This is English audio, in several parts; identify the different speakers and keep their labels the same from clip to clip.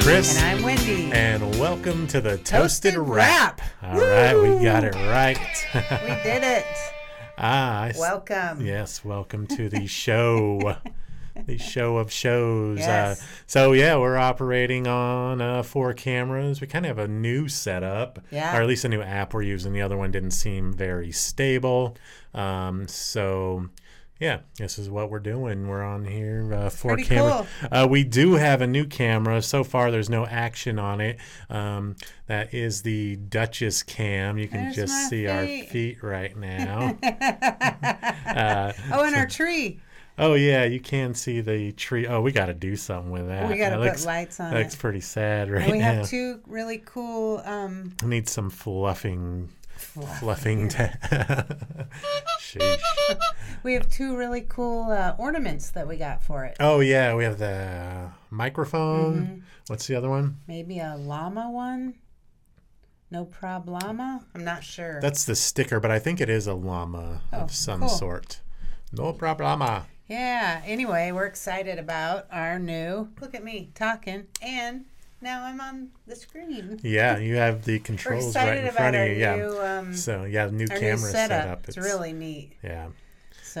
Speaker 1: Chris.
Speaker 2: And I'm Wendy.
Speaker 1: And welcome to the Toasted,
Speaker 2: Toasted
Speaker 1: Wrap.
Speaker 2: Wrap.
Speaker 1: All right, we
Speaker 2: Woo!
Speaker 1: got it right.
Speaker 2: we did it.
Speaker 1: ah, I s-
Speaker 2: Welcome.
Speaker 1: Yes, welcome to the show. the show of shows.
Speaker 2: Yes.
Speaker 1: Uh, so, yeah, we're operating on uh, four cameras. We kind of have a new setup,
Speaker 2: Yeah.
Speaker 1: or at least a new app we're using. The other one didn't seem very stable. Um, so. Yeah, this is what we're doing. We're on here, uh, four
Speaker 2: Pretty
Speaker 1: camera. Uh, we do have a new camera. So far, there's no action on it. Um, that is the Duchess cam. You can
Speaker 2: There's
Speaker 1: just
Speaker 2: my
Speaker 1: see our
Speaker 2: feet.
Speaker 1: feet right now. uh,
Speaker 2: Oh, and our tree.
Speaker 1: Oh yeah, you can see the tree. Oh, we got to do something with that.
Speaker 2: We got
Speaker 1: That
Speaker 2: to put
Speaker 1: looks-
Speaker 2: lights on
Speaker 1: That looks
Speaker 2: it.
Speaker 1: pretty sad right
Speaker 2: And we
Speaker 1: now.
Speaker 2: have two really cool. Um,
Speaker 1: I need some fluffing, fluffing. ta- Sheesh.
Speaker 2: we have two really cool uh, ornaments that we got for it.
Speaker 1: Oh yeah, we have the microphone.
Speaker 2: Mm-hmm.
Speaker 1: What's the other one?
Speaker 2: Maybe a llama one. No problema. I'm not sure.
Speaker 1: That's the sticker, but I think it is a llama
Speaker 2: Oh,
Speaker 1: of some
Speaker 2: cool.
Speaker 1: sort. No problema.
Speaker 2: yeah. Anyway, we're excited about our new. Look at me talking, and now I'm on the screen.
Speaker 1: Yeah, you have the
Speaker 2: We're
Speaker 1: controls right
Speaker 2: excited
Speaker 1: in
Speaker 2: about
Speaker 1: front
Speaker 2: our
Speaker 1: of you. Yeah.
Speaker 2: new. Um,
Speaker 1: so yeah, new
Speaker 2: our
Speaker 1: camera
Speaker 2: new
Speaker 1: setup.
Speaker 2: setup. It's, really neat.
Speaker 1: yeah.
Speaker 2: So,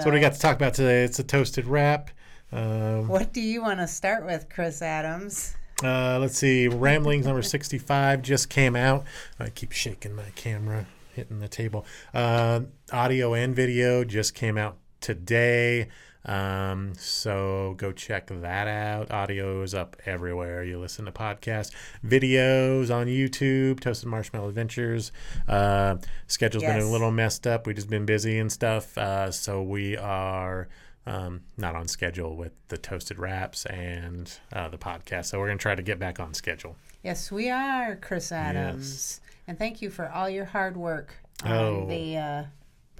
Speaker 1: So what do we got to talk about today? It's a toasted wrap. Um,
Speaker 2: What do you want to start with, Chris Adams?
Speaker 1: Uh, let's see. Ramblings number 65 just came out. I keep shaking my camera, hitting the table. Uh, audio and video just came out today. Um, so go check that out. Audio is up everywhere you listen to podcasts, videos on YouTube, Toasted Marshmallow Adventures. Uh, schedule's been
Speaker 2: Yes.
Speaker 1: a little messed up. We've just been busy and stuff. Uh, so we are um, not on schedule with the toasted wraps and uh, the podcast. So we're going to try to get back on schedule.
Speaker 2: Yes, we are, Chris Adams. And thank you for all your hard work on
Speaker 1: Oh.
Speaker 2: the uh,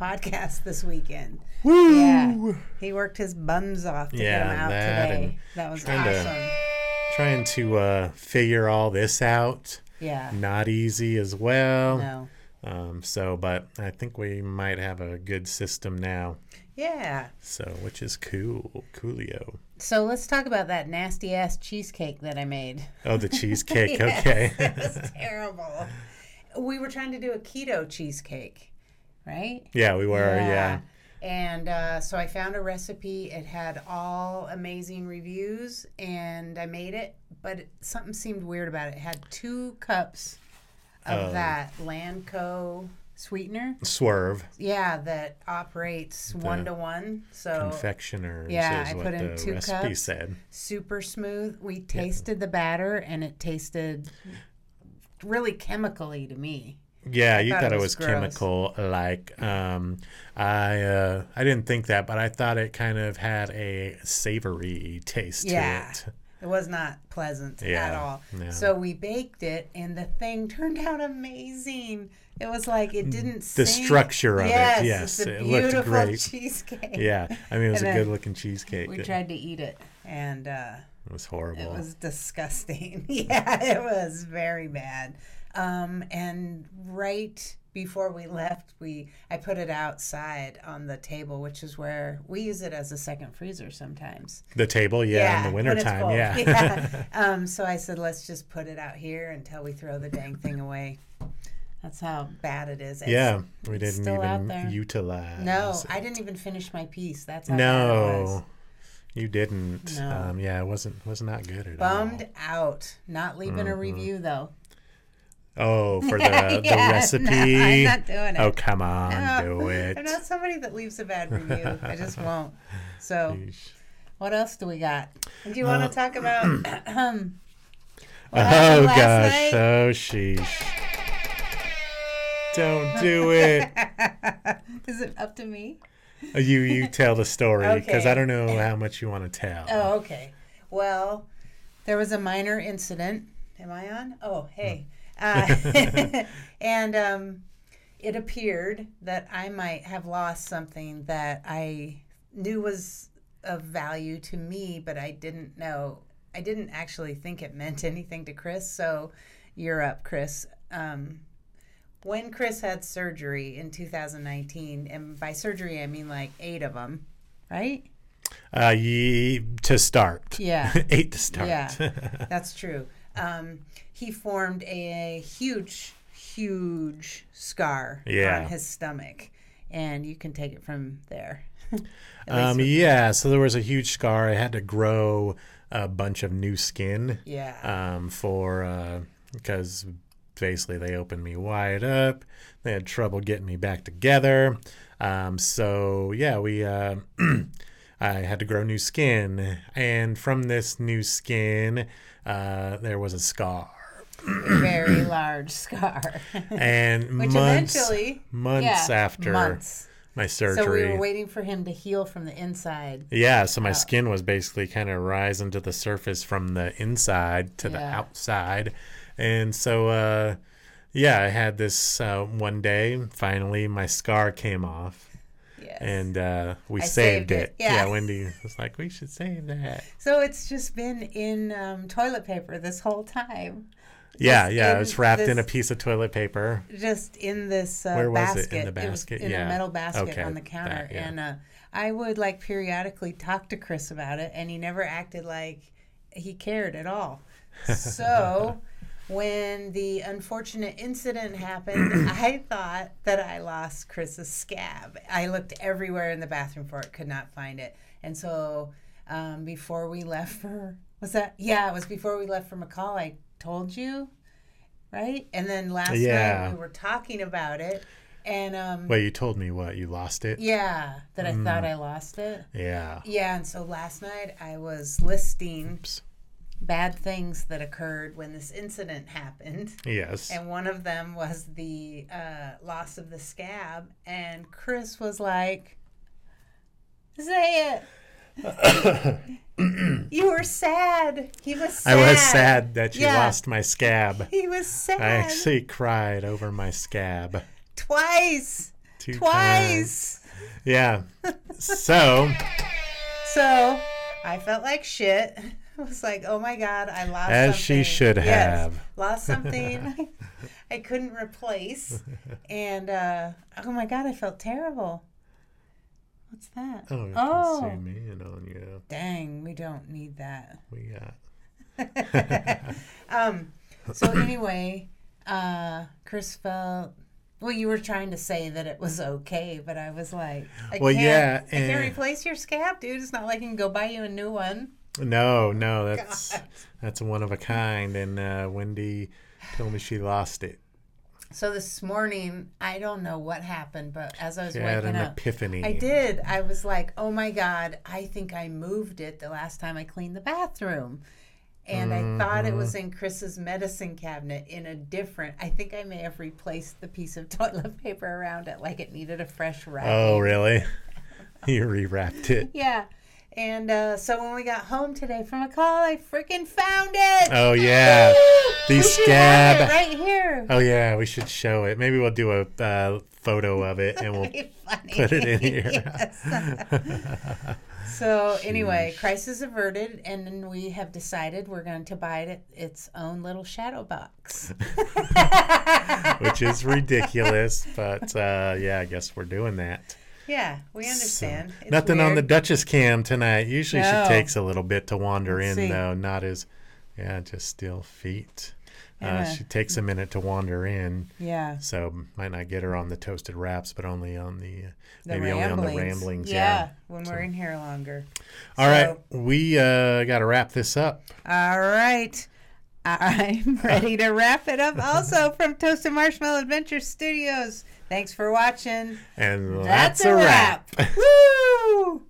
Speaker 2: podcast this weekend.
Speaker 1: Woo!
Speaker 2: Yeah. He worked his bums off to get
Speaker 1: Yeah,
Speaker 2: him out
Speaker 1: that and
Speaker 2: today. That was
Speaker 1: trying to-
Speaker 2: awesome.
Speaker 1: Trying to uh, figure all this out.
Speaker 2: Yeah.
Speaker 1: Not easy as well.
Speaker 2: No.
Speaker 1: Um, so, but I think we might have a good system now.
Speaker 2: Yeah.
Speaker 1: So, which is cool. Coolio.
Speaker 2: So let's talk about that nasty ass cheesecake that I made.
Speaker 1: Oh, the cheesecake.
Speaker 2: Yes,
Speaker 1: Okay.
Speaker 2: It was terrible. We were trying to do a keto cheesecake, right?
Speaker 1: yeah, we were. Yeah.
Speaker 2: And uh, so I found a recipe. It had all amazing reviews, and I made it. But it- something seemed weird about it. It had two cups of
Speaker 1: Oh.
Speaker 2: that Lanco sweetener.
Speaker 1: Swerve.
Speaker 2: Yeah, that operates one to one. So
Speaker 1: Confectioners
Speaker 2: Yeah,
Speaker 1: is
Speaker 2: I
Speaker 1: what
Speaker 2: put in
Speaker 1: the
Speaker 2: two
Speaker 1: recipe
Speaker 2: cups.
Speaker 1: said.
Speaker 2: super smooth. We tasted the batter, and it tasted really chemically to me.
Speaker 1: Yeah, you
Speaker 2: thought
Speaker 1: thought, it
Speaker 2: it
Speaker 1: was,
Speaker 2: was gross.
Speaker 1: chemical. Like, um, I uh, I didn't think that, but I thought it kind of had a savory taste
Speaker 2: Yeah.
Speaker 1: to it.
Speaker 2: It was not pleasant at
Speaker 1: Yeah,
Speaker 2: all.
Speaker 1: no.
Speaker 2: So we baked it, and the thing turned out amazing. It was like it didn't.
Speaker 1: Mm, The
Speaker 2: sink.
Speaker 1: structure of
Speaker 2: yes,
Speaker 1: it, yes,
Speaker 2: it's a
Speaker 1: it
Speaker 2: beautiful
Speaker 1: looked great.
Speaker 2: cheesecake.
Speaker 1: yeah, I mean, it was
Speaker 2: And
Speaker 1: a
Speaker 2: then
Speaker 1: good looking cheesecake.
Speaker 2: We
Speaker 1: It,
Speaker 2: tried to eat it, and uh,
Speaker 1: it was
Speaker 2: it
Speaker 1: horrible.
Speaker 2: was disgusting. yeah, it was very bad. Um, and right before we left, we I put it outside on the table, which is where we use it as a second freezer sometimes.
Speaker 1: the table, yeah, in the
Speaker 2: when it's
Speaker 1: wintertime,
Speaker 2: cold.
Speaker 1: yeah.
Speaker 2: Yeah. um, so I said, let's just put it out here until we throw the dang thing away. That's how bad it is. It's-
Speaker 1: Yeah, we didn't
Speaker 2: still out there.
Speaker 1: even utilize.
Speaker 2: No, I didn't even finish my piece. That's how bad it was.
Speaker 1: no, you didn't.
Speaker 2: No.
Speaker 1: Um, yeah, it wasn't was not good at all.
Speaker 2: Bummed out. Not leaving a review though.
Speaker 1: Oh, for the, Mm-hmm. the
Speaker 2: Yeah, no,
Speaker 1: recipe.
Speaker 2: I'm not doing it.
Speaker 1: Oh come on,
Speaker 2: No,
Speaker 1: do it.
Speaker 2: I'm not somebody that leaves a bad review. I just won't. So,
Speaker 1: Yeesh.
Speaker 2: what else do we got? Do you want to talk about?
Speaker 1: Uh, Oh
Speaker 2: happened last
Speaker 1: gosh,
Speaker 2: night?
Speaker 1: oh sheesh. Don't do it. Uh,
Speaker 2: is it up to me?
Speaker 1: you you tell the story because
Speaker 2: Okay.
Speaker 1: I don't know how much you want to tell.
Speaker 2: Oh, okay. Well, there was a minor incident. Am I on? Oh, hey. Uh, and um, it appeared that I might have lost something that I knew was of value to me, but I didn't know. I didn't actually think it meant anything to Chris. So you're up, Chris. Um, when Chris had surgery in 2019, and by surgery I mean like eight of them, right?
Speaker 1: Uh, ye, to start.
Speaker 2: Yeah.
Speaker 1: Eight to start.
Speaker 2: Yeah, that's true. um, he formed a huge, huge scar
Speaker 1: Yeah.
Speaker 2: on his stomach, and you can take it from there.
Speaker 1: Um, yeah, so there was a huge scar. I had to grow a bunch of new skin.
Speaker 2: Yeah.
Speaker 1: um, for because basically they opened me wide up. They had trouble getting me back together. Um, so yeah, we uh, I had to grow new skin, and from this new skin, uh, there was a scar.
Speaker 2: very large scar.
Speaker 1: And
Speaker 2: Hmm. Which
Speaker 1: months,
Speaker 2: eventually-
Speaker 1: months
Speaker 2: yeah,
Speaker 1: after
Speaker 2: months.
Speaker 1: my
Speaker 2: So we
Speaker 1: surgery.
Speaker 2: were waiting for him to heal from the inside.
Speaker 1: yeah, so my skin was basically kind of rising to the surface from the inside to the
Speaker 2: Yeah.
Speaker 1: outside. And so, uh, yeah, I had this uh, one day. Finally, my scar came off
Speaker 2: Yes.
Speaker 1: and uh, we
Speaker 2: I
Speaker 1: saved,
Speaker 2: saved
Speaker 1: it.
Speaker 2: it.
Speaker 1: Yeah.
Speaker 2: Yeah.
Speaker 1: Wendy was like, we should save that.
Speaker 2: so it's just been in um, toilet paper this whole time,
Speaker 1: Yeah, yeah, it
Speaker 2: in
Speaker 1: was wrapped in a
Speaker 2: this-
Speaker 1: piece of toilet paper.
Speaker 2: just in this uh,
Speaker 1: Where was it? In
Speaker 2: basket.
Speaker 1: the
Speaker 2: was
Speaker 1: basket?
Speaker 2: in
Speaker 1: Yeah.
Speaker 2: a metal basket
Speaker 1: Okay,
Speaker 2: on the counter,
Speaker 1: that, yeah.
Speaker 2: and uh, I would like periodically talk to Chris about it, and he never acted like he cared at all. So. When the unfortunate incident happened, I thought that I lost Chris's scab. I looked everywhere in the bathroom for it, could not find it. And so um, before we left for, was that? Yeah, it was before we left for McCall. I told you, right? And then last
Speaker 1: Yeah.
Speaker 2: night we were talking about it. And um,
Speaker 1: Well, you told me what? You lost it?
Speaker 2: yeah, that I thought
Speaker 1: Mm.
Speaker 2: I lost it.
Speaker 1: Yeah.
Speaker 2: Yeah, and so last night I was listing
Speaker 1: Oops.
Speaker 2: bad things that occurred when this incident happened.
Speaker 1: Yes.
Speaker 2: And one of them was the uh, loss of the scab. And Chris was like, Say it. you were sad. He was
Speaker 1: I
Speaker 2: sad.
Speaker 1: was sad that you
Speaker 2: Yeah.
Speaker 1: lost my scab.
Speaker 2: He was sad.
Speaker 1: I actually cried over my scab.
Speaker 2: Twice.
Speaker 1: Two times.
Speaker 2: Twice.
Speaker 1: Yeah. So,
Speaker 2: So I felt like shit. I was like, oh my God, I lost
Speaker 1: As she
Speaker 2: something.
Speaker 1: should
Speaker 2: Yes,
Speaker 1: have.
Speaker 2: lost something I couldn't replace. And uh, oh my God, I felt terrible. What's that?
Speaker 1: oh, you
Speaker 2: Oh.
Speaker 1: can see me and on you.
Speaker 2: Dang, we don't need that.
Speaker 1: We got.
Speaker 2: Um, so anyway, uh, Chris felt. Well, you were trying to say that it was okay, but I was like, I
Speaker 1: Well,
Speaker 2: can't,
Speaker 1: yeah,
Speaker 2: I can't
Speaker 1: and-
Speaker 2: replace your scab, dude. It's not like I can go buy you a new one.
Speaker 1: No, no, that's that's one of a kind. And uh, Wendy told me she lost it.
Speaker 2: So this morning, I don't know what happened, but as I was
Speaker 1: She had
Speaker 2: waking
Speaker 1: an
Speaker 2: up,
Speaker 1: epiphany.
Speaker 2: I did. I was like, oh my God, I think I moved it the last time I cleaned the bathroom. And I thought it
Speaker 1: Mm-hmm.
Speaker 2: was in Chris's medicine cabinet in a different. I think I may have replaced the piece of toilet paper around it like it needed a fresh wrap.
Speaker 1: Oh, really? you rewrapped it.
Speaker 2: Yeah. And uh, so when we got home today from a call, I freaking found it.
Speaker 1: Oh yeah.
Speaker 2: Woo!
Speaker 1: The
Speaker 2: We should have it
Speaker 1: scab.
Speaker 2: right here.
Speaker 1: Oh yeah. We should show it. Maybe we'll do a uh, photo of it and we'll
Speaker 2: Be funny.
Speaker 1: put it in here.
Speaker 2: So anyway, crisis averted, and then we have decided we're going to buy it its own little shadow box.
Speaker 1: which is ridiculous. But uh, yeah, I guess we're doing that.
Speaker 2: Yeah, we
Speaker 1: So,
Speaker 2: understand. It's
Speaker 1: nothing on the
Speaker 2: weird.
Speaker 1: Duchess cam tonight. Usually
Speaker 2: No.
Speaker 1: she takes a little bit to wander in,
Speaker 2: see.
Speaker 1: though. Not as, yeah, just still feet. Uh,
Speaker 2: Yeah.
Speaker 1: she takes a minute to wander in,
Speaker 2: yeah
Speaker 1: so might not get her on the toasted wraps, but only on the, uh,
Speaker 2: the
Speaker 1: maybe
Speaker 2: ramblings.
Speaker 1: only on the ramblings.
Speaker 2: Yeah,
Speaker 1: Yeah.
Speaker 2: when we're in here longer.
Speaker 1: All right,
Speaker 2: So-
Speaker 1: we uh, got to wrap this up.
Speaker 2: All right. I'm ready to wrap it up also from Toasted Marshmallow Adventure Studios. Thanks for watching.
Speaker 1: And
Speaker 2: That's, a wrap. Woo!